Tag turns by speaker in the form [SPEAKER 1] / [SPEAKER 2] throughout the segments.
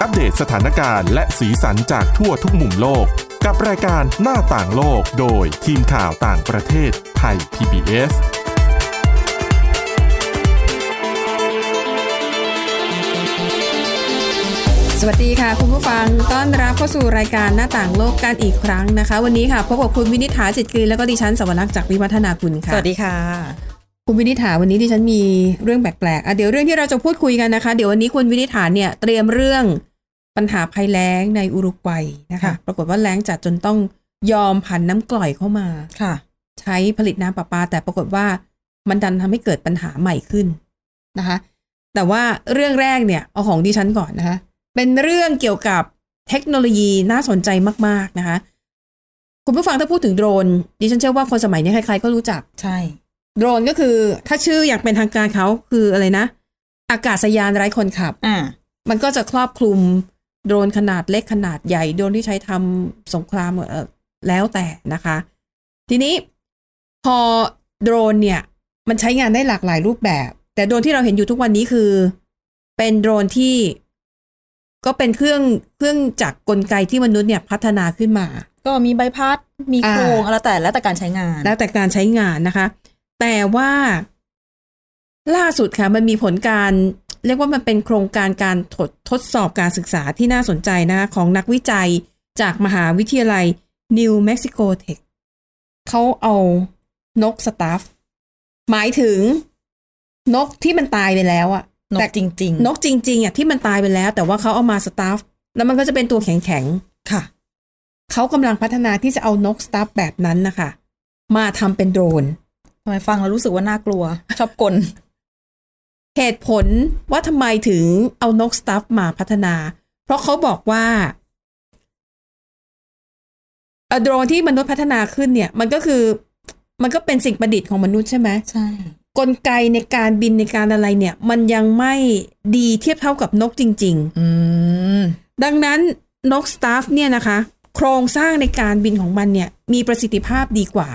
[SPEAKER 1] อัปเดตสถานการณ์และสีสันจากทั่วทุกมุมโลก กับรายการหน้าต่างโลกโดยทีมข่าวต่างประเทศไทย PBS
[SPEAKER 2] สวัสดีค่ะ คุณผู้ฟังต้อนรับเข้าสู่รายการหน้าต่างโลกกันอีกครั้งนะคะ วันนี้ค่ะพบกับคุณวินิษฐาจิตกรีนแล้วก็ดิฉันสวรักษ์จากวิวัฒนาคุณค่ะ
[SPEAKER 3] สวัสดีค่ะ
[SPEAKER 2] คุณวินิษฐาวันนี้ดิฉันมีเรื่องแปลกๆอ่ะเดี๋ยวเรื่องที่เราจะพูดคุยกันนะคะ เดี๋ยววันนี้คุณวินิษฐาเนี่ยเตรียมเรื่องปัญหาภัยแล้งในอุรุกวัยนะคะ
[SPEAKER 3] ค่ะ
[SPEAKER 2] ปรากฏว่าแล้งจัดจนต้องยอมผันน้ำกล่อยเข้ามา
[SPEAKER 3] ค่ะ
[SPEAKER 2] ใช้ผลิตน้ำประปา แต่ปรากฏว่ามันดันทำให้เกิดปัญหาใหม่ขึ้นนะคะ แต่ว่าเรื่องแรกเนี่ย เอาของดิฉันก่อนนะคะ เป็นเรื่องเกี่ยวกับเทคโนโลยีน่าสนใจมาก ๆ นะคะ คุณผู้ฟังถ้าพูดถึงโดรน ดิฉันเชื่อว่าคนสมัยนี้ใครๆก็รู้จัก
[SPEAKER 3] ใช่
[SPEAKER 2] โดรนก็คือถ้าชื่ออย่างเป็นทางการเขาคืออะไรนะ อากาศยานไร้คนขับ
[SPEAKER 3] อ่า
[SPEAKER 2] มันก็จะครอบคลุมโดรนขนาดเล็กขนาดใหญ่ โดรนที่ใช้ทำสงครามเอ่อแล้วแต่นะคะ ทีนี้พอโดรนเนี่ย มันใช้งานได้หลากหลายรูปแบบ แต่โดรนที่เราเห็นอยู่ทุกวันนี้คือ เป็นโดรนที่ก็เป็นเครื่องเครื่องจักรกลไกที่มนุษย์เนี่ยพัฒนาขึ้นมา
[SPEAKER 3] ก็มีใบพัด มีโครงอะไรแต่แล้วแต่การใช้งาน
[SPEAKER 2] แล้วแต่การใช้งานนะคะ แต่ว่าล่าสุดค่ะมันมีผลการ เรียกว่ามันเป็นโครงการการทดทดสอบการศึกษาที่น่าสนใจนะคะของนักวิจัยจากมหาวิทยาลัย New Mexico Tech เขาเอานกสตาฟ หมายถึงนกที่มันตายไปแล้วอะ
[SPEAKER 3] น
[SPEAKER 2] แต่
[SPEAKER 3] กจริง
[SPEAKER 2] นกจริงๆอะที่มันตายไปแล้ว แต่ว่าเขาเอามาสตาฟ แล้วมันก็จะเป็นตัวแข็งๆ
[SPEAKER 3] ค่ะ
[SPEAKER 2] เขากำลังพัฒนาที่จะเอานกสตาร์แบบนั้นนะคะ มาทำเป็นโดรน
[SPEAKER 3] ทำไมฟังแล้วรู้สึกว่าน่ากลัว ชอบกล
[SPEAKER 2] เหตุผลว่าทำไมถึงเอานกสตาร์มาพัฒนา เพราะเขาบอกว่าเอ่อโดรนที่มนุษย์พัฒนาขึ้นเนี่ย มันก็คือมันก็เป็นสิ่งประดิษฐ์ของมนุษย์ใช่ไหม
[SPEAKER 3] ใช่
[SPEAKER 2] กลไกในการบินในการอะไรเนี่ย มันยังไม่ดีเทียบเท่ากับนกจริง ๆ
[SPEAKER 3] อืม
[SPEAKER 2] ดังนั้นนกสตาฟเนี่ยนะคะ โครงสร้างในการบินของมันเนี่ย มีประสิทธิภาพดีกว่า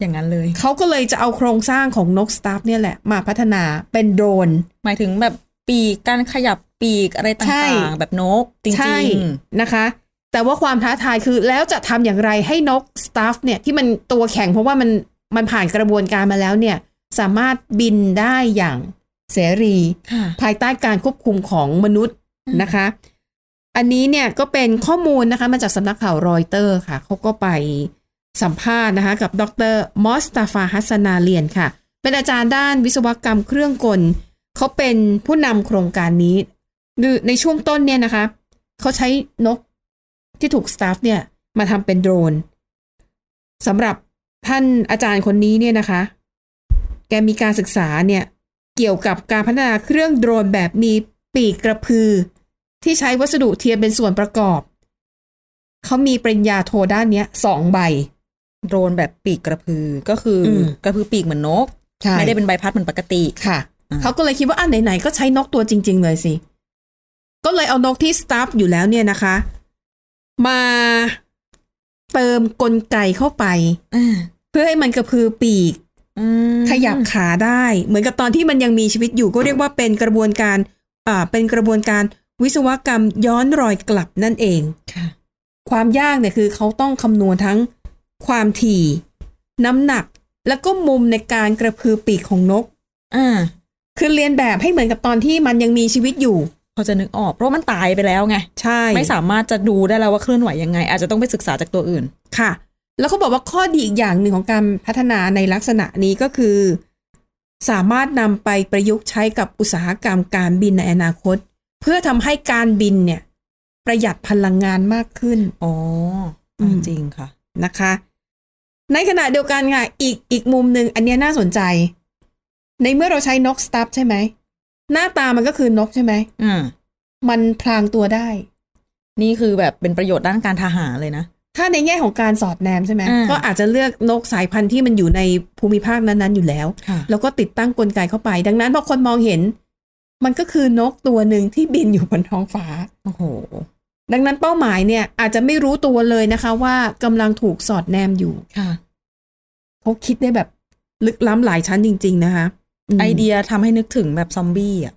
[SPEAKER 3] อย่างนั้นเลย
[SPEAKER 2] เขาก็เลยจะเอาโครงสร้างของนกสตาร์ฟเนี่ยแหละ มาพัฒนาเป็นโดรน
[SPEAKER 3] หมายถึงแบบปีก การขยับปีกอะไรต่
[SPEAKER 2] ใช่
[SPEAKER 3] างๆ แบบนกจริง
[SPEAKER 2] ใช่นะคะ แต่ว่าความท้าทายคือแล้วจะทำอย่างไรให้นกสตาร์ฟเนี่ย ที่มันตัวแข็งเพราะว่ามันมันผ่านกระบวนการมาแล้วเนี่ย สามารถบินได้อย่างเสรี
[SPEAKER 3] ๆ ค่ะ
[SPEAKER 2] ภายใต้การควบคุมของมนุษย์นะคะ อันนี้เนี่ยก็เป็นข้อมูลนะคะมาจากสำนักข่าวรอยเตอร์ค่ะ เขาก็ไปสัมภาษณ์นะคะกับดรมอสตาฟาฮัสนาเลียนค่ะ เป็นอาจารย์ด้านวิศวกรรมเครื่องกล เขาเป็นผู้นำโครงการนี้คือในช่วงต้นเนี่ยนะคะ เขาใช้นกที่ถูกสตาฟเนี่ยมาทำเป็นโดรนสำหรับท่านอาจารย์คนนี้เนี่ยนะคะ แกมีการศึกษาเนี่ย เกี่ยวกับการพัฒนาเครื่องโดรนแบบมีปีกกระพือ ที่ใช้วัสดุเทียมเป็นส่วนประกอบ เขามีปริญญาโทด้านเนี้ยสองใบ
[SPEAKER 3] โดรนแบบปีกกระพือ ก็คืออ
[SPEAKER 2] ม
[SPEAKER 3] กระพือปีกเหมือนนก ไม่ได้เป็นใบพัดเหมือนปกติ
[SPEAKER 2] ค่ะ
[SPEAKER 3] อ่า
[SPEAKER 2] เขาก็เลยคิดว่าอ่ะไหนๆก็ใช้นกตัวจริง ๆ เลยสิ ก็เลยเอานกที่สตาฟอยู่แล้วเนี่ยนะคะ มาเติมกลไกเข้าไป
[SPEAKER 3] อ่า
[SPEAKER 2] เพื่อให้มันกระพือปีก
[SPEAKER 3] อืม
[SPEAKER 2] ขยับขาได้ เหมือนกับตอนที่มันยังมีชีวิตอยู่ก็เรียกว่าเป็นกระบวนการอ่าเป็นกระบวนการวิศวกรรมย้อนรอยกลับนั่นเอง
[SPEAKER 3] ค่ะ
[SPEAKER 2] ความยากเนี่ยคือเขาต้องคำนวณทั้งความถี่ น้ำหนัก แล้วก็มุมในการกระพือปีกของนก
[SPEAKER 3] อ่า
[SPEAKER 2] คือเรียนแบบให้เหมือนกับตอนที่มันยังมีชีวิตอยู่
[SPEAKER 3] พอจะนึกออก เพราะมันตายไปแล้วไง
[SPEAKER 2] ใช่
[SPEAKER 3] ไม่สามารถจะดูได้แล้วว่าเคลื่อนไหวยังไง อาจจะต้องไปศึกษาจากตัวอื่น
[SPEAKER 2] ค่ะ แล้วเขาบอกว่าข้อดีอีกอย่างหนึ่งของการพัฒนาในลักษณะนี้ก็คือ สามารถนำไปประยุกต์ใช้กับอุตสาหกรรมการบินในอนาคต เพื่อทำให้การบินเนี่ย ประหยัดพลังงานมากขึ้น
[SPEAKER 3] อ๋อ
[SPEAKER 2] อืม
[SPEAKER 3] จริงค่ะ
[SPEAKER 2] นะคะ ในขณะเดียวกันค่ะ อีกอีกมุมหนึ่งอันเนี้ยน่าสนใจ ในเมื่อเราใช้นกสตับใช่ไหม หน้าตามันก็คือนกใช่ไหม
[SPEAKER 3] อืม
[SPEAKER 2] มันพลางตัวได้
[SPEAKER 3] นี่คือแบบเป็นประโยชน์ด้านการทหารเลยนะ
[SPEAKER 2] ถ้าในแง่ของการสอดแนมใช่ไหม
[SPEAKER 3] อ่า
[SPEAKER 2] ก็อาจจะเลือกนกสายพันธุ์ที่มันอยู่ในภูมิภาคนั้นๆอยู่แล้ว
[SPEAKER 3] ค่ะ
[SPEAKER 2] แล้วก็ติดตั้งกลไกเข้าไป ดังนั้นพอคนมองเห็น มันก็คือนกตัวหนึ่งที่บินอยู่บนท้องฟ้า
[SPEAKER 3] โอ้โห
[SPEAKER 2] ดังนั้นเป้าหมายเนี่ยอาจจะไม่รู้ตัวเลยนะคะ ว่ากำลังถูกสอดแนมอยู่
[SPEAKER 3] ค่ะ
[SPEAKER 2] เขาคิดได้แบบลึกล้ำหลายชั้นจริง ๆ นะคะม
[SPEAKER 3] ไอเดียทำให้นึกถึงแบบซอมบี้อ่ะ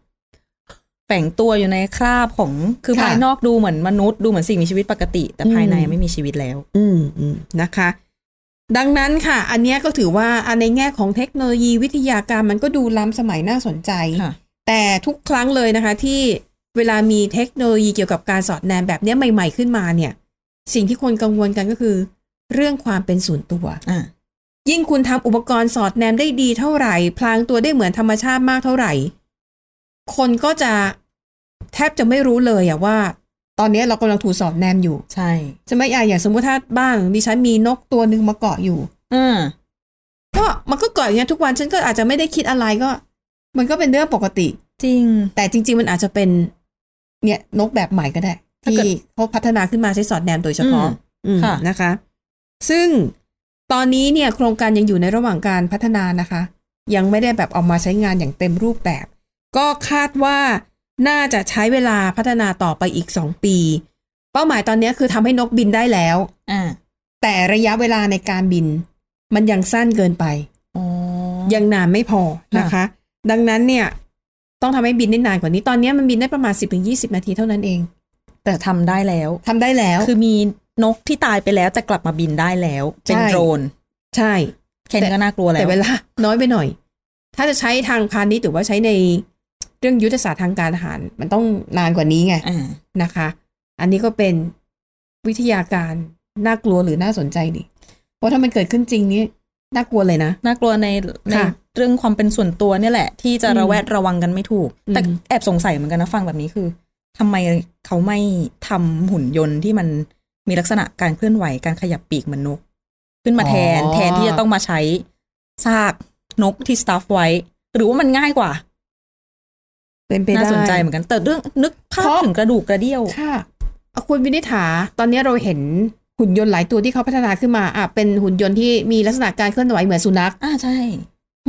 [SPEAKER 3] แฝงตัวอยู่ในคราบของคือ
[SPEAKER 2] ค่ะ
[SPEAKER 3] ภายนอกดูเหมือนมนุษย์ดูเหมือนสิ่งมีชีวิตปกติ แต่ภายใน
[SPEAKER 2] อืม
[SPEAKER 3] ไม่มีชีวิตแล้ว
[SPEAKER 2] อืมอืมนะคะ ดังนั้นค่ะ อันเนี้ยก็ถือว่าอ่ะในแง่ของเทคโนโลยีวิทยาการมันก็ดูล้ำสมัยน่าสนใจ
[SPEAKER 3] ค่ะ
[SPEAKER 2] แต่ทุกครั้งเลยนะคะ ที่เวลามีเทคโนโลยีเกี่ยวกับการสอดแนมแบบเนี้ยใหม่ ๆขึ้นมาเนี่ย สิ่งที่คนกังวลกันก็คือ เรื่องความเป็นส่วนตัว
[SPEAKER 3] อ่า
[SPEAKER 2] ยิ่งคุณทำอุปกรณ์สอดแนมได้ดีเท่าไหร่ พลางตัวได้เหมือนธรรมชาติมากเท่าไหร่ คนก็จะแทบจะไม่รู้เลยอะว่า ตอนเนี้ยเรากำลังถูกสอดแนมอยู่
[SPEAKER 3] ใช่
[SPEAKER 2] ใช่ไหมอ่ะอย่างสมมติถ้าบ้านของดิฉันมีนกตัวหนึ่งมาเกาะอยู่
[SPEAKER 3] อ่า
[SPEAKER 2] ก็มันก็เกาะอย่างเงี้ยทุกวันฉันก็อาจจะไม่ได้คิดอะไรก็ มันก็เป็นเรื่องปกติ
[SPEAKER 3] จริง
[SPEAKER 2] แต่จริง ๆ มันอาจจะเป็นเนี่ยนกแบบใหม่ก็ได้
[SPEAKER 3] ถ้า
[SPEAKER 2] ที่
[SPEAKER 3] เกิด
[SPEAKER 2] เขาพัฒนาขึ้นมาใช้สอดแนมโดยเฉพาะ
[SPEAKER 3] อืม
[SPEAKER 2] อืม
[SPEAKER 3] ค่ะ
[SPEAKER 2] นะคะ ซึ่งตอนนี้เนี่ยโครงการยังอยู่ในระหว่างการพัฒนานะคะ ยังไม่ได้แบบเออกมาใช้งานอย่างเต็มรูปแบบ ก็คาดว่าน่าจะใช้เวลาพัฒนาต่อไปอีกสองปี เป้าหมายตอนเนี้ยคือทำให้นกบินได้แล้ว
[SPEAKER 3] อ่า
[SPEAKER 2] แต่ระยะเวลาในการบิน มันยังสั้นเกินไป
[SPEAKER 3] อ๋อ
[SPEAKER 2] ยังนานไม่พอนะคะ ดังนั้นเนี่ย ต้องทำให้บินได้นานกว่านี้ตอนนี้มันบินได้ประมาณ 10-20 นาทีเท่านั้นเอง
[SPEAKER 3] แต่ทำได้แล้ว
[SPEAKER 2] ทำได้แล้ว
[SPEAKER 3] คือมีนกที่ตายไปแล้วแต่กลับมาบินได้แล้ว เป็น
[SPEAKER 2] ใช่
[SPEAKER 3] โดรน
[SPEAKER 2] ใช่
[SPEAKER 3] แค่นี้ก็น่ากลัวแล้ว
[SPEAKER 2] แต่เวลา น้อยไปหน่อย ถ้าจะใช้ทางพาณิชย์หรือว่าใช้ในเรื่องยุทธศาสตร์ทางการทหาร มันต้องนานกว่านี้ไง
[SPEAKER 3] อ่า
[SPEAKER 2] นะคะ อันนี้ก็เป็นวิทยาการน่ากลัวหรือน่าสนใจดิเพราะถ้ามันเกิดขึ้นจริงนี่น่ากลัวเลยนะ
[SPEAKER 3] น่ากลัวในใน
[SPEAKER 2] ค่ะ
[SPEAKER 3] เรื่องความเป็นส่วนตัวเนี่ยแหละ ที่จะ
[SPEAKER 2] อืม
[SPEAKER 3] ระแวดระวังกันไม่ถูก แต่
[SPEAKER 2] อืม
[SPEAKER 3] แอบสงสัยเหมือนกันนะฟังแบบนี้คือทำไมเขาไม่ทำหุ่นยนต์ที่มันมีลักษณะการเคลื่อนไหวการขยับปีกเหมือนนก ขึ้นมาแทนแทนที่จะต้องมาใช้ซากนกที่สตาฟไว้ หรือว่ามันง่ายกว่า
[SPEAKER 2] เป็นไปได้
[SPEAKER 3] น่าสนใจเหมือนกันแต่เรื่องนึกภาพ
[SPEAKER 2] เพราะ
[SPEAKER 3] ถึงกระดูกกระเดี่ยว
[SPEAKER 2] ค่ะเอาคุณวินิษฐา ตอนนี้เราเห็นหุ่นยนต์หลายตัวที่เขาพัฒนาขึ้นมาอ่ะเป็นหุ่นยนต์ที่มีลักษณะการเคลื่อนไหวเหมือนสุนัข
[SPEAKER 3] อ่าใช่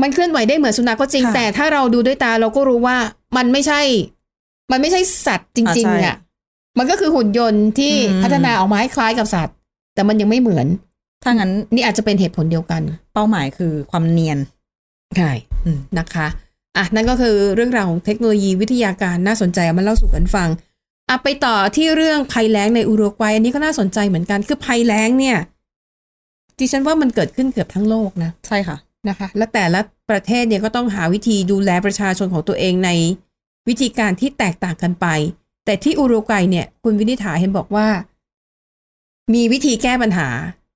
[SPEAKER 2] มันเคลื่อนไหวได้เหมือนสุนัขก็จริง
[SPEAKER 3] ค่ะ
[SPEAKER 2] แต่ถ้าเราดูด้วยตาเราก็รู้ว่ามันไม่ใช่ มันไม่ใช่สัตว์จริงๆ
[SPEAKER 3] อ่าใช่
[SPEAKER 2] อ่ะ มันก็คือหุ่นยนต์ที่
[SPEAKER 3] อืม
[SPEAKER 2] พัฒนาออกมาให้คล้ายกับสัตว์ แต่มันยังไม่เหมือน
[SPEAKER 3] ถ้างั้น
[SPEAKER 2] นี่อาจจะเป็นเหตุผลเดียวกัน
[SPEAKER 3] เป้าหมายคือความเนียน
[SPEAKER 2] ใช่
[SPEAKER 3] อืม
[SPEAKER 2] นะคะอ่ะนั่นก็คือเรื่องราวของเทคโนโลยีวิทยาการน่าสนใจเอามาเล่าสู่กันฟังอ่ะไปต่อที่เรื่องภัยแล้งในอุรุกวัยอันนี้ก็น่าสนใจเหมือนกันคือภัยแล้งเนี่ยดิฉันว่ามันเกิดขึ้นเกือบทั้งโลกนะ
[SPEAKER 3] ใช่ค่ะ
[SPEAKER 2] นะคะและแต่ละประเทศเนี่ยก็ต้องหาวิธีดูแลประชาชนของตัวเองในวิธีการที่แตกต่างกันไป แต่ที่อุรุกวัยเนี่ย คุณวินิษฐาเห็นบอกว่า มีวิธีแก้ปัญหา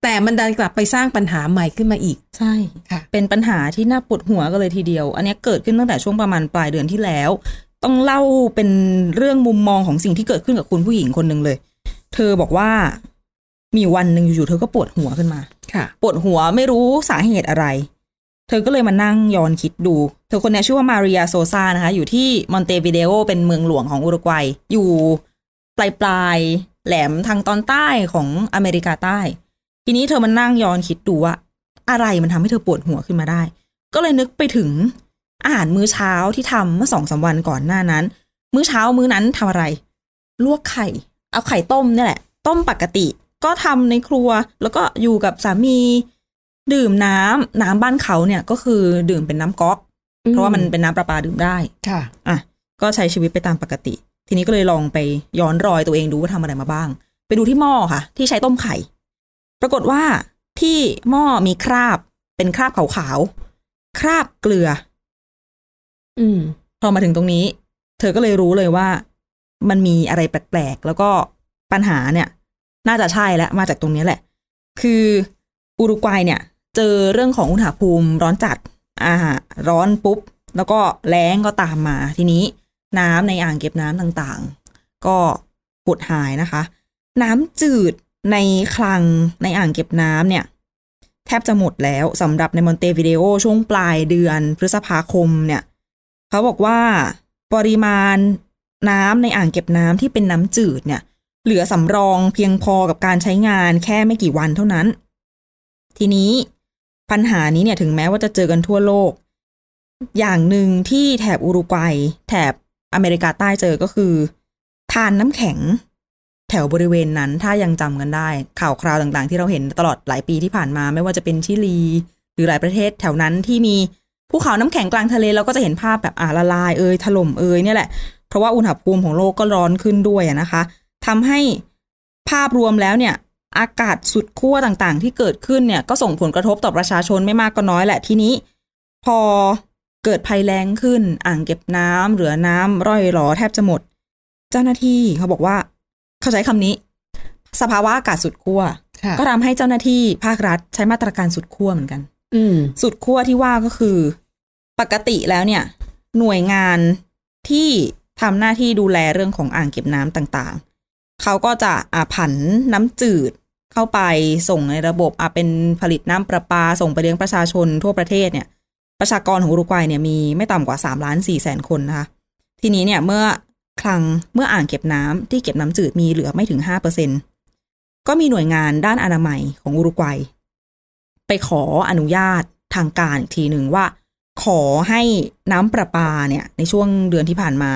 [SPEAKER 2] แต่มันดันกลับไปสร้างปัญหาใหม่ขึ้นมาอีก
[SPEAKER 3] ใช่
[SPEAKER 2] ค่ะ
[SPEAKER 3] เป็นปัญหาที่น่าปวดหัวกันเลยทีเดียว อันเนี้ยเกิดขึ้นตั้งแต่ช่วงประมาณปลายเดือนที่แล้ว ต้องเล่าเป็นเรื่องมุมมองของสิ่งที่เกิดขึ้นกับคุณผู้หญิงคนหนึ่งเลย เธอบอกว่ามีวันหนึ่งอยู่ๆเธอก็ปวดหัวขึ้นมา
[SPEAKER 2] ค่ะ
[SPEAKER 3] ปวดหัวไม่รู้สาเหตุอะไร เธอก็เลยมานั่งย้อนคิดดู เธอคนนี้ชื่อว่ามาเรียโซซานะคะ อยู่ที่มอนเตวิเดโอเป็นเมืองหลวงของอุรุกวัย อยู่ปลายปลายๆแหลมทางตอนใต้ของอเมริกาใต้ ทีนี้เธอมานั่งย้อนคิดดูว่า อะไรมันทำให้เธอปวดหัวขึ้นมาได้ ก็เลยนึกไปถึงอาหารมื้อเช้าที่ทำเมื่อสองสามวันก่อนหน้านั้น มื้อเช้ามื้อนั้นทำอะไร ลวกไข่ เอาไข่ต้มเนี่ยแหละ ต้มปกติ ก็ทำในครัว แล้วก็อยู่กับสามี ดื่มน้ำน้ำบ้านเขาเนี่ยก็คือดื่มเป็นน้ำก๊อก
[SPEAKER 2] อืม
[SPEAKER 3] เพราะว่ามันเป็นน้ำประปาดื่มได้
[SPEAKER 2] ค่ะ
[SPEAKER 3] อ่ะ ก็ใช้ชีวิตไปตามปกติ ทีนี้ก็เลยลองไปย้อนรอยตัวเองดูว่าทำอะไรมาบ้าง ไปดูที่หม้อค่ะ ที่ใช้ต้มไข่ ปรากฏว่าที่หม้อมีคราบ เป็นคราบขาวๆ คราบเกลือ
[SPEAKER 2] อืม
[SPEAKER 3] พอมาถึงตรงนี้ เธอก็เลยรู้เลยว่า มันมีอะไรแปลกๆ แล้วก็ปัญหาเนี่ย น่าจะใช่และมาจากตรงนี้แหละ คืออุรุกวัยเนี่ย เจอเรื่องของอุณหภูมิร้อนจัดอ่าร้อนปุ๊บ แล้วก็แล้งก็ตามมา ทีนี้ น้ำในอ่างเก็บน้ำต่างๆ ก็หดหายนะคะ น้ำจืดในคลังในอ่างเก็บน้ำเนี่ย แทบจะหมดแล้วสำหรับในมอนเตวิเดโอช่วงปลายเดือนพฤษภาคมเนี่ย เขาบอกว่าปริมาณน้ำในอ่างเก็บน้ำที่เป็นน้ำจืดเนี่ย เหลือสำรองเพียงพอกับการใช้งานแค่ไม่กี่วันเท่านั้น ทีนี้ปัญหานี้เนี่ยถึงแม้ว่าจะเจอกันทั่วโลก อย่างหนึ่งที่แถบอุรุกวัย แถบอเมริกาใต้เจอก็คือ ทานน้ำแข็ง แถวบริเวณนั้นถ้ายังจำกันได้ ข่าวคราวต่างๆ ที่เราเห็นตลอดหลายปีที่ผ่านมา ไม่ว่าจะเป็นชิลี หรือหลายประเทศแถวนั้นที่มีภูเขาน้ำแข็งกลางทะเลเราก็จะเห็นภาพแบบอ่าละลายเอยถล่มเอยเนี่ยแหละ เพราะว่าอุณหภูมิของโลกก็ร้อนขึ้นด้วยอะนะคะทำให้ภาพรวมแล้วเนี่ย อากาศสุดขั้วต่างๆ ที่เกิดขึ้นเนี่ยก็ส่งผลกระทบต่อประชาชนไม่มากก็น้อยแหละทีนี้ พอเกิดภัยแล้งขึ้น อ่างเก็บน้ำเหลือน้ำร่อยหรอแทบจะหมด เจ้าหน้าที่เขาบอกว่า เขาใช้คำนี้ สภาวะอากาศสุดขั้ว
[SPEAKER 2] ค่ะ
[SPEAKER 3] ก็ทำให้เจ้าหน้าที่ภาครัฐใช้มาตรการสุดขั้วเหมือนกัน
[SPEAKER 2] อืม
[SPEAKER 3] สุดขั้วที่ว่าก็คือ ปกติแล้วเนี่ย หน่วยงานที่ทำหน้าที่ดูแลเรื่องของอ่างเก็บน้ำต่างๆ เขาก็จะอาผันน้ำจืดเข้าไปส่งในระบบอาเป็นผลิตน้ำประปา ส่งไปเลี้ยงประชาชนทั่วประเทศเนี่ย ประชากรของอุรุกวัยเนี่ยมีไม่ต่ำกว่า3ล้าน4แสนคนนะคะ ทีนี้เนี่ยเมื่อคลังเมื่ออ่างเก็บน้ำที่เก็บน้ำจืดมีเหลือไม่ถึง5%ก็มีหน่วยงานด้านอนามัยของอุรุกวัย ไปขออนุญาตทางการอีกทีหนึ่งว่า ขอให้น้ำประปาเนี่ยในช่วงเดือนที่ผ่านมา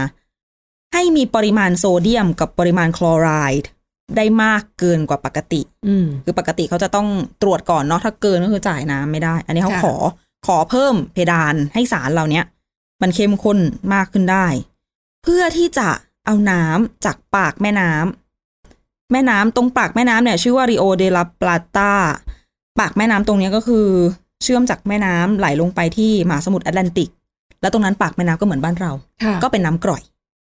[SPEAKER 3] ให้มีปริมาณโซเดียมกับปริมาณคลอไรด์ได้มากเกินกว่าปกติ
[SPEAKER 2] อืม
[SPEAKER 3] คือปกติเขาจะต้องตรวจก่อนเนาะถ้าเกินก็คือจ่ายน้ำไม่ได้ อันนี้เขา
[SPEAKER 2] ค่ะ
[SPEAKER 3] ขอขอเพิ่มเพดานให้สารเหล่าเนี้ย มันเข้มข้นมากขึ้นได้ เพื่อที่จะเอาน้ำจากปากแม่น้ำแม่น้ำตรงปากแม่น้ำเนี่ย ชื่อว่าริโอเดลาปลาตาปากแม่น้ำตรงเนี้ยก็คือเชื่อมจากแม่น้ำไหลลงไปที่มหาสมุทรแอตแลนติก แล้วตรงนั้นปากแม่น้ำก็เหมือนบ้านเรา
[SPEAKER 2] ค่ะ
[SPEAKER 3] ก็เป็นน้ำกร่อย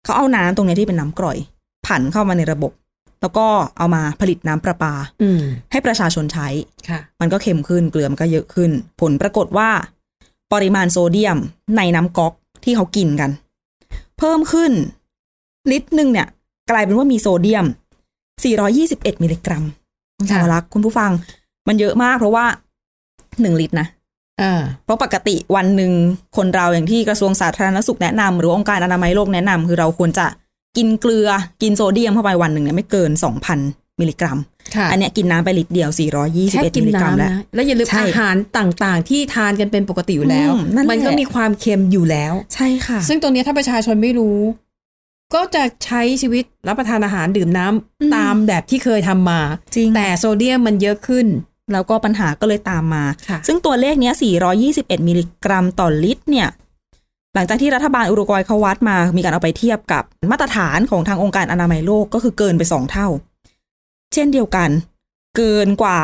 [SPEAKER 3] เขาเอาน้ำตรงเนี้ยที่เป็นน้ำกร่อยผันเข้ามาในระบบ แล้วก็เอามาผลิตน้ำประปา
[SPEAKER 2] อืม
[SPEAKER 3] ให้ประชาชนใช้
[SPEAKER 2] ค่ะ
[SPEAKER 3] มันก็เค็มขึ้น เกลือมันก็เยอะขึ้น ผลปรากฏว่า ปริมาณโซเดียมในน้ำก๊อกที่เขากินกัน เพิ่มขึ้น ลิตรหนึ่งเนี่ย กลายเป็นว่ามีโซเดียม 421 มิลลิกรัมคุณสาวรักษ์คุณผู้ฟัง มันเยอะมากเพราะว่า 1 ลิตรนะ
[SPEAKER 2] อ่า
[SPEAKER 3] เพราะปกติวันหนึ่งคนเราอย่างที่กระทรวงสาธารณสุขแนะนำหรือองค์การอนามัยโลกแนะนำคือเราควรจะกินเกลือกินโซเดียมเข้าไปวันหนึ่งเนี่ยไม่เกิน 2,000 มิลลิกรัม
[SPEAKER 2] ค่ะ
[SPEAKER 3] อันเนี้ยกินน้ำไปลิตรเดียว
[SPEAKER 2] แค่
[SPEAKER 3] 421
[SPEAKER 2] กิ
[SPEAKER 3] มิลลิกรัม
[SPEAKER 2] น้ำ
[SPEAKER 3] แล้ว
[SPEAKER 2] นะแล้วอย่าลืม
[SPEAKER 3] ใช่
[SPEAKER 2] อาหารต่างๆ ที่ทานกันเป็นปกติอยู่แล้ว
[SPEAKER 3] อืมนั่นแหละ
[SPEAKER 2] มันก็มีความเค็มอยู่แล้ว
[SPEAKER 3] ใช่ค่ะ
[SPEAKER 2] ซึ่งตรงเนี้ยถ้าประชาชนไม่รู้ ก็จะใช้ชีวิตรับประทานอาหารดื่มน้ำ
[SPEAKER 3] อืม
[SPEAKER 2] ตามแบบที่เคยทำมา
[SPEAKER 3] จริง
[SPEAKER 2] แต่โซเดียมมันเยอะขึ้น
[SPEAKER 3] แล้วก็ปัญหาก็เลยตามมา
[SPEAKER 2] ค่ะ
[SPEAKER 3] ซึ่งตัวเลขเนี้ย 421 มิลลิกรัมต่อลิตรเนี่ย หลังจากที่รัฐบาลอุรุกวัยเขาวัดมา มีการเอาไปเทียบกับมาตรฐานของทางองค์การอนามัยโลกก็คือเกินไป 2 เท่า เช่นเดียวกัน เกินกว่า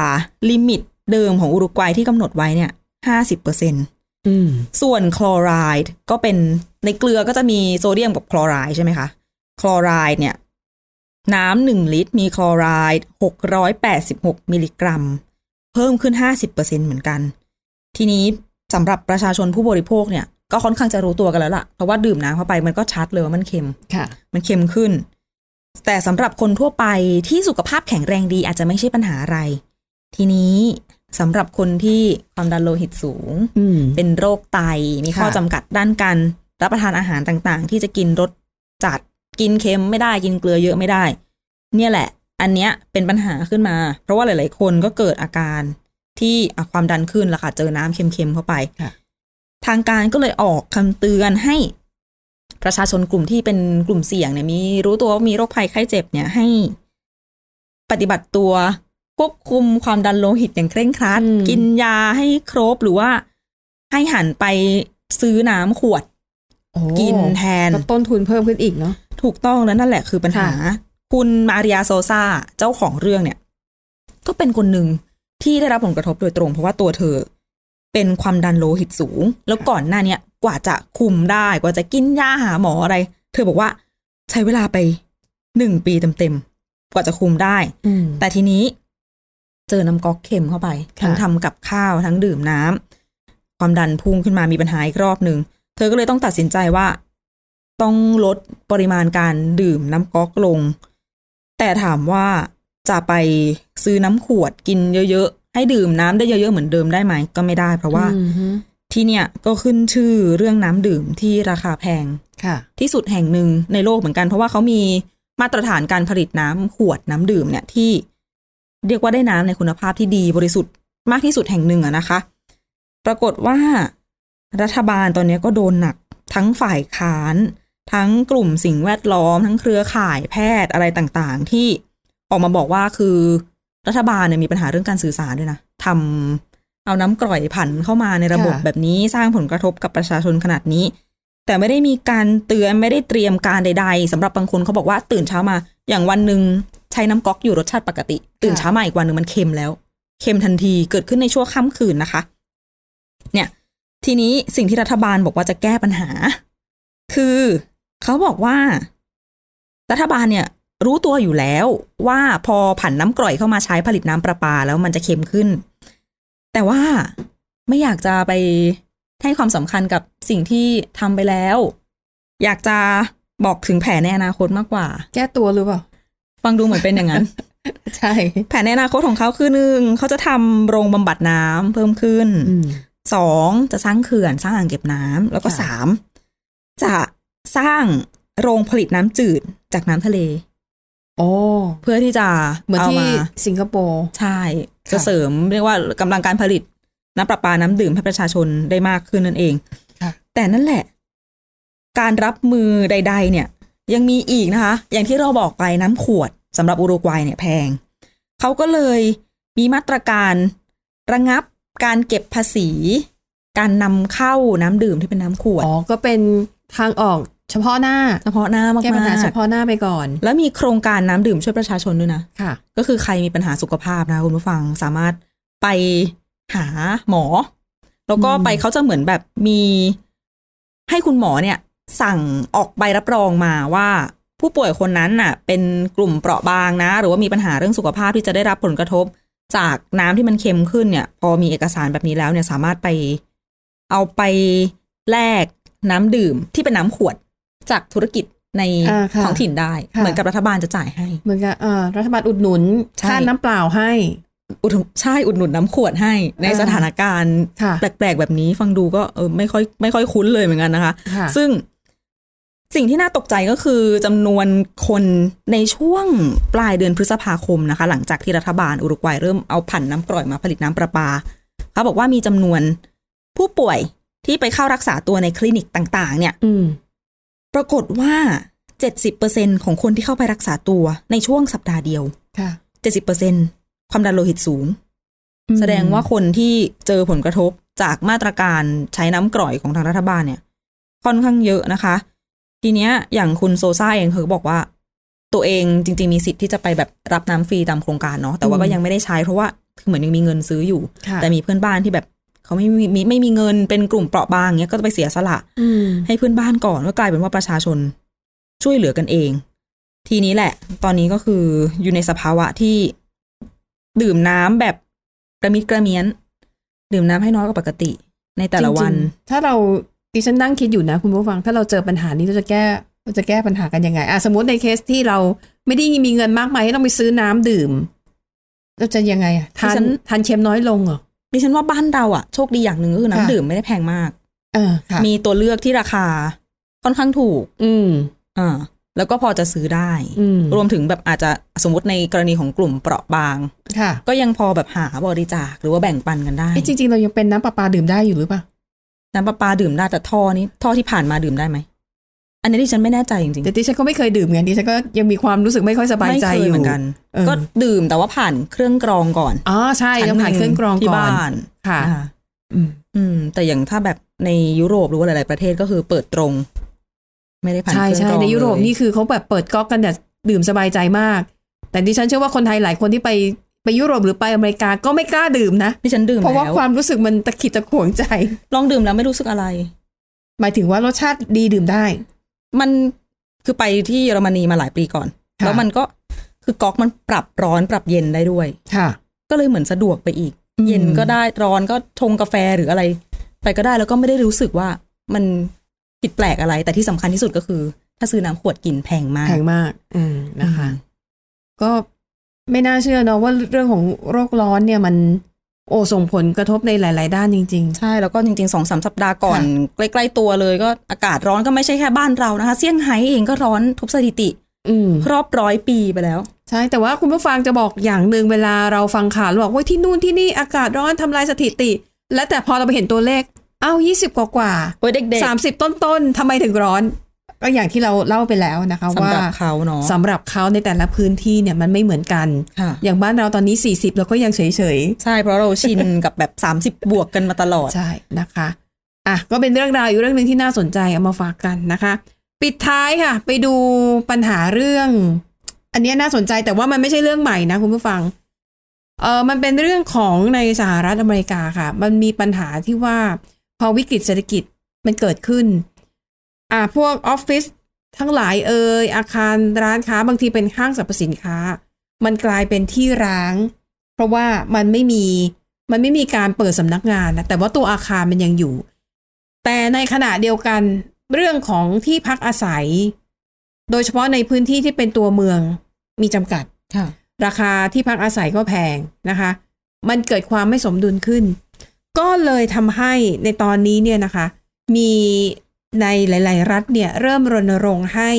[SPEAKER 3] ลิมิตเดิมของอุรุกวัยที่กำหนดไว้เนี่ย 50เปอร์เซ็นต์
[SPEAKER 2] อืม
[SPEAKER 3] ส่วนคลอไรด์ก็เป็นในเกลือก็จะมีโซเดียมกับคลอไรด์ใช่ไหมคะ คลอไรด์เนี่ย น้ำหนึ่งลิตร มีคลอไรด์หกร้อยแปดสิบหกมิลลิกรัม เพิ่มขึ้นห้าสิบเปอร์เซ็นเหมือนกัน ทีนี้สำหรับประชาชนผู้บริโภคเนี่ยก็ค่อนข้างจะรู้ตัวกันแล้วล่ะ เพราะว่าดื่มน้ำเข้าไปมันก็ชัดเลยว่ามันเค็ม
[SPEAKER 2] ค่ะ
[SPEAKER 3] มันเค็มขึ้น แต่สำหรับคนทั่วไปที่สุขภาพแข็งแรงดีอาจจะไม่ใช่ปัญหาอะไร ทีนี้สำหรับคนที่ความดันโลหิตสูง
[SPEAKER 2] อืม
[SPEAKER 3] เป็นโรคไต มีข้อ
[SPEAKER 2] ค่ะ
[SPEAKER 3] จำกัดด้านการรับประทานอาหารต่างๆ ที่จะกินรสจัด กินเค็มไม่ได้ กินเกลือเยอะไม่ได้ เนี่ยแหละ อันเนี้ยเป็นปัญหาขึ้นมา เพราะว่าหลาย ๆ คนก็เกิดอาการที่อ่ะความดันขึ้นละค่ะ เจอน้ำเค็ม ๆ เข้าไป
[SPEAKER 2] ค่ะ
[SPEAKER 3] ทางการก็เลยออกคำเตือนให้ประชาชนกลุ่มที่เป็นกลุ่มเสี่ยงเนี่ยมีรู้ตัวว่ามีโรคภัยไข้เจ็บเนี่ยให้ ปฏิบัติตัวควบคุมความดันโลหิตอย่างเคร่งครัด
[SPEAKER 2] อืม
[SPEAKER 3] กินยาให้ครบหรือว่าให้หันไปซื้อน้ำขวด
[SPEAKER 2] โอ้
[SPEAKER 3] กินแทน
[SPEAKER 2] ก็ต้นทุนเพิ่มขึ้นอีกเนาะ
[SPEAKER 3] ถูกต้องแล้วนั่นแหละคือปัญหา คุณมาริยาโซซาเจ้าของเรื่องเนี่ย ก็เป็นคนหนึ่งที่ได้รับผลกระทบโดยตรง เพราะว่าตัวเธอ เป็นความดันโลหิตสูง แล้วก่อนหน้าเนี้ยกว่าจะคุมได้กว่าจะกินยาหาหมออะไร เธอบอกว่าใช้เวลาไปหนึ่งปีเต็มๆกว่าจะคุมได้
[SPEAKER 2] อืม
[SPEAKER 3] แต่ทีนี้เจอน้ำก๊อกเค็มเข้าไป
[SPEAKER 2] ค่ะ
[SPEAKER 3] ทั้งทำกับข้าวทั้งดื่มน้ำความดันพุ่งขึ้นมามีปัญหาอีกรอบหนึ่ง เธอก็เลยต้องตัดสินใจว่า ต้องลดปริมาณการดื่มน้ำก๊อกลง แต่ถามว่าจะไปซื้อน้ำขวดกินเยอะๆ ให้ดื่มน้ำได้เยอะๆ เหมือนเดิมได้ไหมก็ไม่ได้ เพราะว่า
[SPEAKER 2] อืมฮึ
[SPEAKER 3] ที่เนี่ยก็ขึ้นชื่อเรื่องน้ำดื่มที่ราคาแพง
[SPEAKER 2] ค่ะ
[SPEAKER 3] ที่สุดแห่งหนึ่งในโลกเหมือนกัน เพราะว่าเขามีมาตรฐานการผลิตน้ำขวดน้ำดื่มเนี่ยที่เรียกว่าได้น้ำในคุณภาพที่ดีบริสุทธิ์มากที่สุดแห่งหนึ่งอะนะคะ ปรากฏว่ารัฐบาลตอนนี้ก็โดนหนัก ทั้งฝ่ายค้าน ทั้งกลุ่มสิ่งแวดล้อม ทั้งเครือข่ายแพทย์อะไรต่างๆ ที่ออกมาบอกว่าคือรัฐบาลเนี่ยมีปัญหาเรื่องการสื่อสารด้วยนะทำเอาน้ำกร่อยผันเข้ามาในระบบ
[SPEAKER 2] ค่ะ
[SPEAKER 3] แบบนี้สร้างผลกระทบกับประชาชนขนาดนี้ แต่ไม่ได้มีการเตือนไม่ได้เตรียมการใด ๆสำหรับบางคนเขาบอกว่าตื่นเช้ามา อย่างวันหนึ่งใช้น้ำก๊อกอยู่รสชาติปกติ ตื่นเช้ามาอีกวันหนึ่งมันเค็มแล้ว เค็มทันทีเกิดขึ้นในชั่วค่ำคืนนะคะ เนี่ย ทีนี้สิ่งที่รัฐบาลบอกว่าจะแก้ปัญหา คือเขาบอกว่า รัฐบาลเนี่ย รู้ตัวอยู่แล้วว่าพอผันน้ำกร่อยเข้ามาใช้ผลิตน้ำประปาแล้วมันจะเค็มขึ้น แต่ว่าไม่อยากจะไปให้ความสำคัญกับสิ่งที่ทำไปแล้ว อยากจะบอกถึงแผนในอนาคตมากกว่า
[SPEAKER 2] แก้ตัวหรือเปล่า
[SPEAKER 3] ฟังดูเหมือนเป็นอย่าง นั้น
[SPEAKER 2] ใช่
[SPEAKER 3] แผนในอนาคตของเขาคือหนึ่งเขาจะทำโรงบำบัดน้ำเพิ่มขึ้น
[SPEAKER 2] อืม
[SPEAKER 3] สองจะสร้างเขื่อนสร้างอ่างเก็บน้ำแล้วก็
[SPEAKER 2] ค่ะ
[SPEAKER 3] สามจะสร้างโรงผลิตน้ำจืดจากน้ำทะเล
[SPEAKER 2] อ๋อ
[SPEAKER 3] เพื่อที่จะ
[SPEAKER 2] เหมือน
[SPEAKER 3] เอา
[SPEAKER 2] ที่
[SPEAKER 3] มา
[SPEAKER 2] สิงคโปร์
[SPEAKER 3] ใช่
[SPEAKER 2] ค่ะ
[SPEAKER 3] จะเสริมเรียกว่ากำลังการผลิตน้ำประปาน้ำดื่มให้ประชาชนได้มากขึ้นนั่นเอง
[SPEAKER 2] ค่ะ
[SPEAKER 3] แต่นั่นแหละ การรับมือใด ๆ เนี่ย ยังมีอีกนะคะ อย่างที่เราบอกไปน้ำขวดสำหรับอุรุกวัยเนี่ยแพง เขาก็เลยมีมาตรการระงับการเก็บภาษี การนำเข้าน้ำดื่มที่เป็นน้ำขวด
[SPEAKER 2] อ๋อ ก็เป็นทางออกเฉพาะหน้า
[SPEAKER 3] เฉพาะหน้ามาก
[SPEAKER 2] แก้ปัญหาเฉ
[SPEAKER 3] ๆ
[SPEAKER 2] พาะหน้าไปก่อน
[SPEAKER 3] แล้วมีโครงการน้ำดื่มช่วยประชาชนด้วยนะ
[SPEAKER 2] ค่ะ
[SPEAKER 3] ก็คือใครมีปัญหาสุขภาพนะคุณผู้ฟังสามารถไปหาหมอ แล้วก็
[SPEAKER 2] อืม
[SPEAKER 3] ไปเขาจะเหมือนแบบมีให้คุณหมอเนี่ย สั่งออกใบรับรองมาว่า ผู้ป่วยคนนั้นน่ะ เป็นกลุ่มเปราะบางนะ หรือว่ามีปัญหาเรื่องสุขภาพที่จะได้รับผลกระทบ จากน้ำที่มันเค็มขึ้นเนี่ย พอมีเอกสารแบบนี้แล้วเนี่ยสามารถไป เอาไปแลกน้ำดื่มที่เป็นน้ำขวดจากธุรกิจใน
[SPEAKER 2] อ่าค่ะ
[SPEAKER 3] ท้องถิ่นได้
[SPEAKER 2] ค่ะ
[SPEAKER 3] เหมือนกับรัฐบาลจะจ่ายให้
[SPEAKER 2] เหมือนกับเอ่อรัฐบาลอุดหนุน
[SPEAKER 3] ใช่
[SPEAKER 2] ค่าน้ำเปล่าให้
[SPEAKER 3] อุดหนุนใช่อุดหนุนน้ำขวดให้ใน
[SPEAKER 2] อ่า
[SPEAKER 3] สถานการณ์
[SPEAKER 2] ค่ะ
[SPEAKER 3] แปลกๆ แบบนี้ฟังดูก็เออไม่ค่อยไม่ค่อยคุ้นเลยเหมือนกันนะคะ
[SPEAKER 2] ค่ะ
[SPEAKER 3] ซึ่งสิ่งที่น่าตกใจก็คือจำนวนคนในช่วงปลายเดือนพฤษภาคมนะคะ หลังจากที่รัฐบาลอุรุกวัยเริ่มเอาผันน้ำกร่อยมาผลิตน้ำประปาเขาบอกว่ามีจำนวนผู้ป่วยที่ไปเข้ารักษาตัวในคลินิกต่างๆ เนี่ย
[SPEAKER 2] อืม
[SPEAKER 3] ปรากฏว่า 70%ของคนที่เข้าไปรักษาตัวในช่วงสัปดาห์เดียว
[SPEAKER 2] ค่ะ
[SPEAKER 3] 70%ความดันโลหิตสูง
[SPEAKER 2] อืม
[SPEAKER 3] แสดงว่าคนที่เจอผลกระทบจากมาตรการใช้น้ำกร่อยของทางรัฐบาลเนี่ย ค่อนข้างเยอะนะคะ ทีเนี้ยอย่างคุณโซซ่าเองเธอก็บอกว่า ตัวเองจริง ๆ มีสิทธิ์ที่จะไปแบบรับน้ำฟรีตามโครงการเนาะแต่ว่าก็ยังไม่ได้ใช้เพราะว่าคือเหมือนยังมีเงินซื้ออยู่
[SPEAKER 2] ค่ะ
[SPEAKER 3] แต่มีเพื่อนบ้านที่แบบเขาไม่มีไม่มีเงินเป็นกลุ่มเปราะบางเงี้ยก็จะไปเสียสละ
[SPEAKER 2] อืม
[SPEAKER 3] ให้เพื่อนบ้านก่อนก็กลายเป็นว่าประชาชนช่วยเหลือกันเอง ทีนี้แหละ ตอนนี้ก็คืออยู่ในสภาวะที่ดื่มน้ำแบบกระมิดกระเมียน ดื่มน้ำให้น้อยกว่าปกติ ในแต่ละวัน
[SPEAKER 2] จริงๆถ้าเราดิฉันนั่งคิดอยู่นะ คุณผู้ฟัง ถ้าเราเจอปัญหานี้เราจะแก้เราจะแก้ปัญหากันยังไงอ่ะสมมติในเคสที่เราไม่ได้มีเงินมากมายให้ต้องไปซื้อน้ำดื่ม เราจะยังไงอ่ะทา
[SPEAKER 3] ดิ
[SPEAKER 2] น
[SPEAKER 3] ฉัน
[SPEAKER 2] ทานเค็มน้อยลงเหรอ
[SPEAKER 3] ดิฉันว่าบ้านเราอะโชคดีอย่างหนึ่งก็คือน้ำ
[SPEAKER 2] ค่ะ
[SPEAKER 3] ดื่มไม่ได้แพงมาก
[SPEAKER 2] เออค่ะ
[SPEAKER 3] มีตัวเลือกที่ราคาค่อนข้างถูก
[SPEAKER 2] อืม
[SPEAKER 3] อ่าแล้วก็พอจะซื้อได้
[SPEAKER 2] อืม
[SPEAKER 3] รวมถึงแบบอาจจะสมมติในกรณีของกลุ่มเปราะบาง
[SPEAKER 2] ค่ะ
[SPEAKER 3] ก็ยังพอแบบหาบริจาคหรือว่าแบ่งปันกันได้
[SPEAKER 2] เอะจริง ๆ เรายังเป็นน้ำประปาดื่มได้อยู่หรือเปล่า
[SPEAKER 3] น้ำประปาดื่มได้แต่ท่อนี้ท่อที่ผ่านมาดื่มได้ไหม อันนี้ที่ฉันไม่แน่ใจจริง
[SPEAKER 2] แต่ดิฉันก็ไม่เคยดื่มไงดิฉันก็ยังมีความรู้สึกไม่ค่อยส
[SPEAKER 3] ๆ
[SPEAKER 2] บายใจ
[SPEAKER 3] ไม่เค
[SPEAKER 2] อยู่
[SPEAKER 3] เหมือนกัน
[SPEAKER 2] เออ
[SPEAKER 3] ก็ดื่มแต่ว่าผ่านเครื่องกรองก่อน
[SPEAKER 2] อ๋อใช่ต้องผ่านเครื่องกรอง
[SPEAKER 3] ที่
[SPEAKER 2] ก่อน
[SPEAKER 3] บ้าน
[SPEAKER 2] ค่ะ
[SPEAKER 3] นะคะ
[SPEAKER 2] อืม
[SPEAKER 3] อืม แต่อย่างถ้าแบบในยุโรปหรือว่าหลาย ๆ ประเทศก็คือเปิดตรง ไม่ได้ผ่าน
[SPEAKER 2] ใช่
[SPEAKER 3] เครื่อง
[SPEAKER 2] ใช่
[SPEAKER 3] กรอง
[SPEAKER 2] ในยุโรป
[SPEAKER 3] เลย
[SPEAKER 2] นี่คือเขาแบบเปิดก๊อกกันเนี่ยดื่มสบายใจมาก แต่ดิฉันเชื่อว่าคนไทยหลายคนที่ไปไปยุโรปหรือไปอเมริกาก็ไม่กล้าดื่มนะ
[SPEAKER 3] ที่ฉันดื่ม
[SPEAKER 2] เพราะว่า
[SPEAKER 3] แล้ว
[SPEAKER 2] ความรู้สึกมันตะขิดตะขวงใจ
[SPEAKER 3] ลองดื่มแล้วไม่รู้สึกอะไร
[SPEAKER 2] หมายถึงว่ารสชาติดีดื่มได้
[SPEAKER 3] มันคือไปที่เยอรมนีมาหลายปีก่อน
[SPEAKER 2] ค่ะ
[SPEAKER 3] แล้วมันก็คือก๊อกมันปรับร้อนปรับเย็นได้ด้วย
[SPEAKER 2] ค่ะ
[SPEAKER 3] ก็เลยเหมือนสะดวกไปอีก
[SPEAKER 2] อืม
[SPEAKER 3] เย็นก็ได้ร้อนก็ชงกาแฟหรืออะไร ไปก็ได้แล้วก็ไม่ได้รู้สึกว่ามันผิดแปลกอะไร แต่ที่สำคัญที่สุดก็คือ ถ้าซื้อน้ำขวดกินแพงมาก
[SPEAKER 2] แพงมาก อืมนะคะ
[SPEAKER 3] อืม
[SPEAKER 2] ก็ไม่น่าเชื่อเนอะว่าเรื่องของโรคร้อนเนี่ยมัน โอส่งผลกระทบในหลาย ๆ ด้านจริง
[SPEAKER 3] ใช่แล้วก็จริงๆสองสามสัปดาห์ก่อน
[SPEAKER 2] ค่
[SPEAKER 3] ใกล้ๆตัวเลยก็อากาศร้อนก็ไม่ใช่แค่บ้านเรานะคะ เซี่ยงไฮ้เองก็ร้อนทุบสถิติ
[SPEAKER 2] ๆ อืม
[SPEAKER 3] ครอบร้อยปีไปแล้ว
[SPEAKER 2] ใช่แต่ว่าคุณผู้ฟังจะบอกอย่างหนึ่งเวลาเราฟังข่าวเราบอกว่าที่นู่นที่นี่อากาศร้อนทำลายสถิติ และแต่พอเราไปเห็นตัวเลข เอ้ายี่สิบกว่ากว่า
[SPEAKER 3] โอ้ยเด็ก
[SPEAKER 2] สามสิบต้นต้นๆทำไมถึงร้อน ก็อย่างที่เราเล่าไปแล้วนะคะ
[SPEAKER 3] ๆสำ
[SPEAKER 2] ว่า
[SPEAKER 3] หรับเขาเนาะ
[SPEAKER 2] สำหรับเขาในแต่ละพื้นที่เนี่ยมันไม่เหมือนกัน
[SPEAKER 3] ค่ะ
[SPEAKER 2] อย่างบ้านเราตอนนี้ 40 เราก็ยังเฉย
[SPEAKER 3] ใช่เพราะเราชินกับแบบ 30 บวกกันมาตลอด
[SPEAKER 2] ๆ ใช่นะคะ อ่ะก็เป็นเรื่องราวอีกเรื่องหนึ่งที่น่าสนใจเอามาฝากกันนะคะ ปิดท้ายค่ะ ไปดูปัญหาเรื่อง อันเนี้ยน่าสนใจแต่ว่ามันไม่ใช่เรื่องใหม่นะคุณผู้ฟังเออมันเป็นเรื่องของในสหรัฐอเมริกาค่ะ มันมีปัญหาที่ว่าพอวิกฤตเศรษฐกิจมันเกิดขึ้น อ่าพวกออฟฟิศทั้งหลายเอ่ยอาคารร้านค้าบางทีเป็นห้างสรรพสินค้า มันกลายเป็นที่ร้าง เพราะว่ามันไม่มีมันไม่มีการเปิดสำนักงานนะแต่ว่าตัวอาคารมันยังอยู่ แต่ในขณะเดียวกันเรื่องของที่พักอาศัย โดยเฉพาะในพื้นที่ที่เป็นตัวเมืองมีจำกัด
[SPEAKER 3] ค่ะ
[SPEAKER 2] ราคาที่พักอาศัยก็แพงนะคะ มันเกิดความไม่สมดุลขึ้น ก็เลยทำให้ในตอนนี้เนี่ยนะคะ มีในหลาย ๆ รัฐเนี่ยเริ่มรณรงค์ให้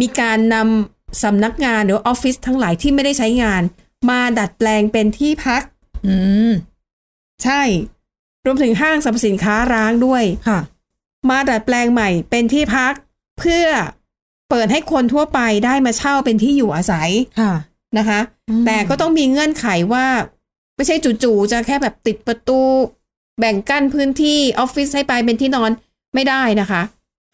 [SPEAKER 2] มีการนำสำนักงานหรือออฟฟิศทั้งหลายที่ไม่ได้ใช้งาน มาดัดแปลงเป็นที่พัก
[SPEAKER 3] อืม
[SPEAKER 2] ใช่ รวมถึงห้างสรรพสินค้าร้างด้วย
[SPEAKER 3] ค่ะ
[SPEAKER 2] มาดัดแปลงใหม่เป็นที่พัก เพื่อเปิดให้คนทั่วไปได้มาเช่าเป็นที่อยู่อาศัย
[SPEAKER 3] ค่ะ
[SPEAKER 2] นะคะ
[SPEAKER 3] อืม
[SPEAKER 2] แต่ก็ต้องมีเงื่อนไขว่า ไม่ใช่จู่ๆจะแค่แบบติดประตู แบ่งกั้นพื้นที่ออฟฟิศให้ไปเป็นที่นอนไม่ได้นะคะ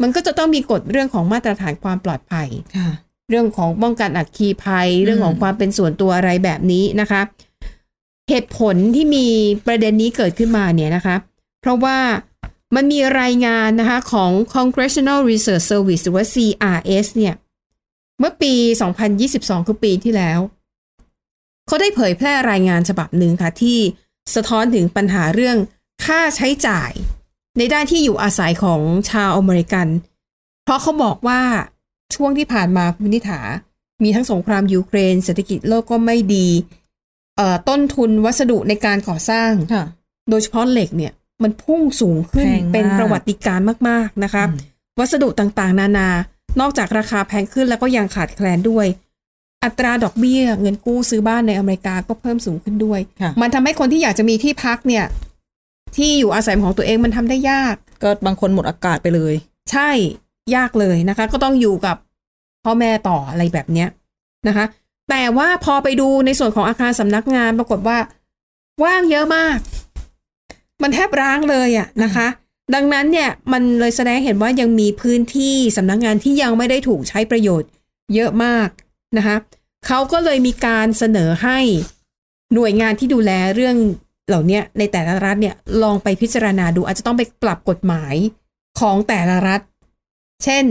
[SPEAKER 2] มันก็จะต้องมีกฎเรื่องของมาตรฐานความปลอดภัย
[SPEAKER 3] ค่ะ
[SPEAKER 2] เรื่องของป้องกันอัคคีภัย เรื่องของความเป็นส่วนตัวอะไรแบบนี้นะคะ เหตุผลที่มีประเด็นนี้เกิดขึ้นมาเนี่ยนะคะ เพราะว่ามันมีรายงานนะคะของ Congressional Research Service หรือว่า CRS เนี่ยเมื่อปี 2022 คือปีที่แล้ว เขาได้เผยแพร่รายงานฉบับหนึ่งค่ะ ที่สะท้อนถึงปัญหาเรื่องค่าใช้จ่าย ในด้านที่อยู่อาศัยของชาวอเมริกัน เพราะเขาบอกว่าช่วงที่ผ่านมาคุณนิถา มีทั้งสงครามยูเครน เศรษฐกิจโลกก็ไม่ดีเอ่อต้นทุนวัสดุในการก่อสร้าง
[SPEAKER 3] ค่ะ
[SPEAKER 2] โดยเฉพาะเหล็กเนี่ย มันพุ่งสูงขึ้น
[SPEAKER 3] แพงมาก
[SPEAKER 2] เป็นประวัติการณ์มาก ๆ นะคะ
[SPEAKER 3] อืม
[SPEAKER 2] วัสดุต่างๆ นานา นอกจากราคาแพงขึ้นแล้วก็ยังขาดแคลนด้วย อัตราดอกเบี้ย เงินกู้ซื้อบ้านในอเมริกาก็เพิ่มสูงขึ้นด้วย
[SPEAKER 3] ค่ะ
[SPEAKER 2] มันทำให้คนที่อยากจะมีที่พักเนี่ย ที่อยู่อาศัยของตัวเองมันทำได้ยาก
[SPEAKER 3] ก็บางคนหมดอากาศไปเลย
[SPEAKER 2] ใช่ยากเลยนะคะ ก็ต้องอยู่กับพ่อแม่ต่ออะไรแบบเนี้ยนะคะ แต่ว่าพอไปดูในส่วนของอาคารสำนักงานปรากฏว่า ว่างเยอะมาก มันแทบร้างเลยอะนะคะ ดังนั้นเนี่ยมันเลยแสดงเห็นว่ายังมีพื้นที่สำนักงานที่ยังไม่ได้ถูกใช้ประโยชน์เยอะมากนะคะเขาก็เลยมีการเสนอให้หน่วยงานที่ดูแลเรื่องเหล่าเนี้ยในแต่ละรัฐเนี่ยลองไปพิจารณาดู อาจจะต้องไปปรับกฎหมาย ของแต่ละรัฐ เช่น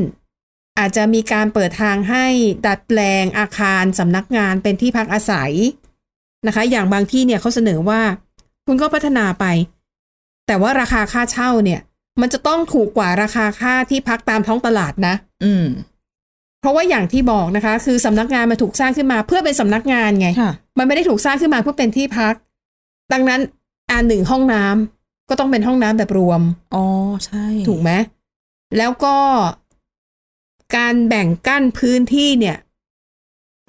[SPEAKER 2] อาจจะมีการเปิดทางให้ดัดแปลงอาคารสำนักงานเป็นที่พักอาศัยนะคะ อย่างบางที่เนี่ยเขาเสนอว่า คุณก็พัฒนาไป แต่ว่าราคาค่าเช่าเนี่ย มันจะต้องถูกกว่าราคาค่าที่พักตามท้องตลาดนะ
[SPEAKER 3] อืม
[SPEAKER 2] เพราะว่าอย่างที่บอกนะคะ คือสำนักงานมาถูกสร้างขึ้นมาเพื่อเป็นสำนักงานไง
[SPEAKER 3] ค่ะ
[SPEAKER 2] มันไม่ได้ถูกสร้างขึ้นมาเพื่อเป็นที่พัก ดังนั้นอันหนึ่งห้องน้ำก็ต้องเป็นห้องน้ำแบบรวม
[SPEAKER 3] อ๋อ ใช่
[SPEAKER 2] ถูกไหม แล้วก็การแบ่งกั้นพื้นที่เนี่ย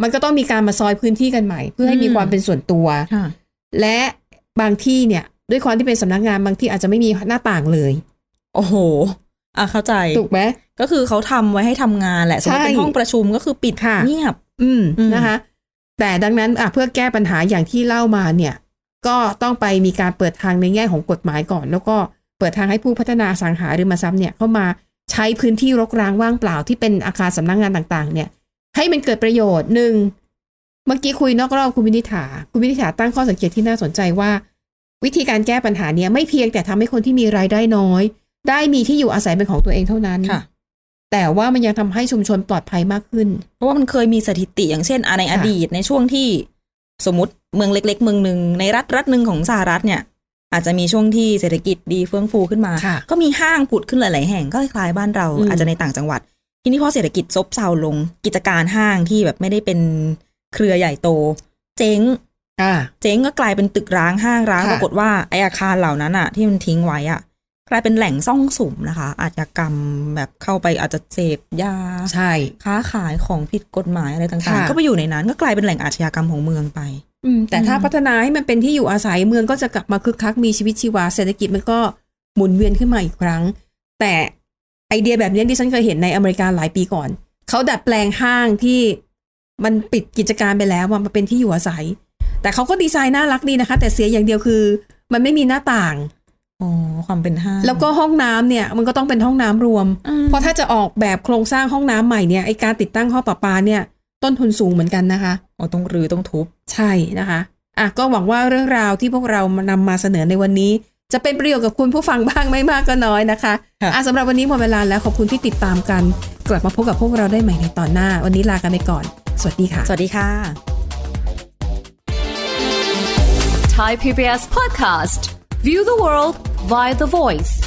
[SPEAKER 2] มันก็ต้องมีการมาซอยพื้นที่กันใหม่ เพื่อให้มีความเป็นส่วนตัว
[SPEAKER 3] ค่ะ
[SPEAKER 2] และบางที่เนี่ย ด้วยความที่เป็นสำนักงานบางที่อาจจะไม่มีหน้าต่างเลย
[SPEAKER 3] โอ้โห อ่ะ เข้าใจ
[SPEAKER 2] ถูกไหม
[SPEAKER 3] ก็คือเขาทำไว้ให้ทำงานแหละ สมมติ
[SPEAKER 2] ใช่
[SPEAKER 3] เป็นห้องประชุมก็คือปิด
[SPEAKER 2] ค่ะ
[SPEAKER 3] เงียบ
[SPEAKER 2] อืม
[SPEAKER 3] อืม
[SPEAKER 2] นะคะ แต่ดังนั้นอ่ะเพื่อแก้ปัญหาอย่างที่เล่ามาเนี่ย ก็ต้องไปมีการเปิดทางในแง่ของกฎหมายก่อน แล้วก็เปิดทางให้ผู้พัฒนาอสังหาริมทรัพย์เนี่ยเข้ามาใช้พื้นที่รกร้างว่างเปล่าที่เป็นอาคารสำนักงงานต่าง ๆ เนี่ย ให้มันเกิดประโยชน์หนึ่งเมื่อกี้คุยนอกรอบคุณวินิษฐา คุณวินิษฐาตั้งข้อสังเกตที่น่าสนใจว่า วิธีการแก้ปัญหาเนี่ยไม่เพียงแต่ทำให้คนที่มีรายได้น้อย ได้มีที่อยู่อาศัยเป็นของตัวเองเท่านั้น
[SPEAKER 3] ค่ะ
[SPEAKER 2] แต่ว่ามันยังทำให้ชุมชนปลอดภัยมากขึ้น
[SPEAKER 3] เพราะว่ามันเคยมีสถิติอย่างเช่นอ่ะในอดีตในช่วงที่สมมติเมืองเล็ก ๆ เมืองหนึ่งในรัฐรัฐหนึ่งของสหรัฐเนี่ย อาจจะมีช่วงที่เศรษฐกิจดีเฟื่องฟูขึ้นมา
[SPEAKER 2] ค่ะ
[SPEAKER 3] ก็มีห้างผุดขึ้นหลาย ๆ แห่งก็คล้ายๆบ้านเรา
[SPEAKER 2] อืม
[SPEAKER 3] อาจจะในต่างจังหวัด ทีนี้พอเศรษฐกิจซบเซาลงกิจการห้างที่แบบไม่ได้เป็นเครือใหญ่โต เจ๊ง
[SPEAKER 2] อ่า
[SPEAKER 3] เจ๊งก็กลายเป็นตึกร้างห้างร้าง
[SPEAKER 2] ค่ะ
[SPEAKER 3] ปรากฏว่าไออาคารเหล่านั้นอะที่มันทิ้งไว้อะกลายเป็นแหล่งซ่องสุมนะคะ อาชญากรรมแบบเข้าไปอาจจะเสพยา
[SPEAKER 2] ใช่
[SPEAKER 3] ค้าขายของผิดกฎหมายอะไรต่าง
[SPEAKER 2] ค่ะ
[SPEAKER 3] ๆ ก็ไปอยู่ในนั้นก็กลายเป็นแหล่งอาชญากรรมของเมืองไป
[SPEAKER 2] อืมแต่ถ้าพัฒนาให้มันเป็นที่อยู่อาศัยเมืองก็จะกลับมาคึกคักมีชีวิตชีวาเศรษฐกิจมันก็หมุนเวียนขึ้นมาอีกครั้ง แต่ไอเดียแบบเนี้ยที่ฉันเคยเห็นในอเมริกาหลายปีก่อน เขาดัดแปลงห้างที่มันปิดกิจการไปแล้วอะมาเป็นที่อยู่อาศัย แต่เขาก็ดีไซน์น่ารักดีนะคะ แต่เสียอย่างเดียวคือ มันไม่มีหน้าต่าง
[SPEAKER 3] อ๋อความเป็นห้าง
[SPEAKER 2] แล้วก็ห้องน้ำเนี่ยมันก็ต้องเป็นห้องน้ำรวม
[SPEAKER 3] อืม
[SPEAKER 2] เพราะถ้าจะออกแบบโครงสร้างห้องน้ำใหม่เนี่ยไอการติดตั้งห้องประปาเนี่ย ต้นทุนสูงเหมือนกันนะคะ
[SPEAKER 3] อ๋อต้องรื้อต้องทุบ
[SPEAKER 2] ใช่นะคะอ่ะก็หวังว่าเรื่องราวที่พวกเรานำมาเสนอในวันนี้ จะเป็นประโยชน์กับคุณผู้ฟังบ้างไม่มากก็น้อยนะคะ
[SPEAKER 3] ค่ะ
[SPEAKER 2] อ่ะสำหรับวันนี้หมดเวลาแล้วขอบคุณที่ติดตามกัน กลับมาพบกับพวกเราได้ใหม่ในตอนหน้า วันนี้ลากันไปก่อน สวัสดีค่ะ
[SPEAKER 3] สวัสดีค่ะ
[SPEAKER 4] Thai PBS podcast. View the world via the voice.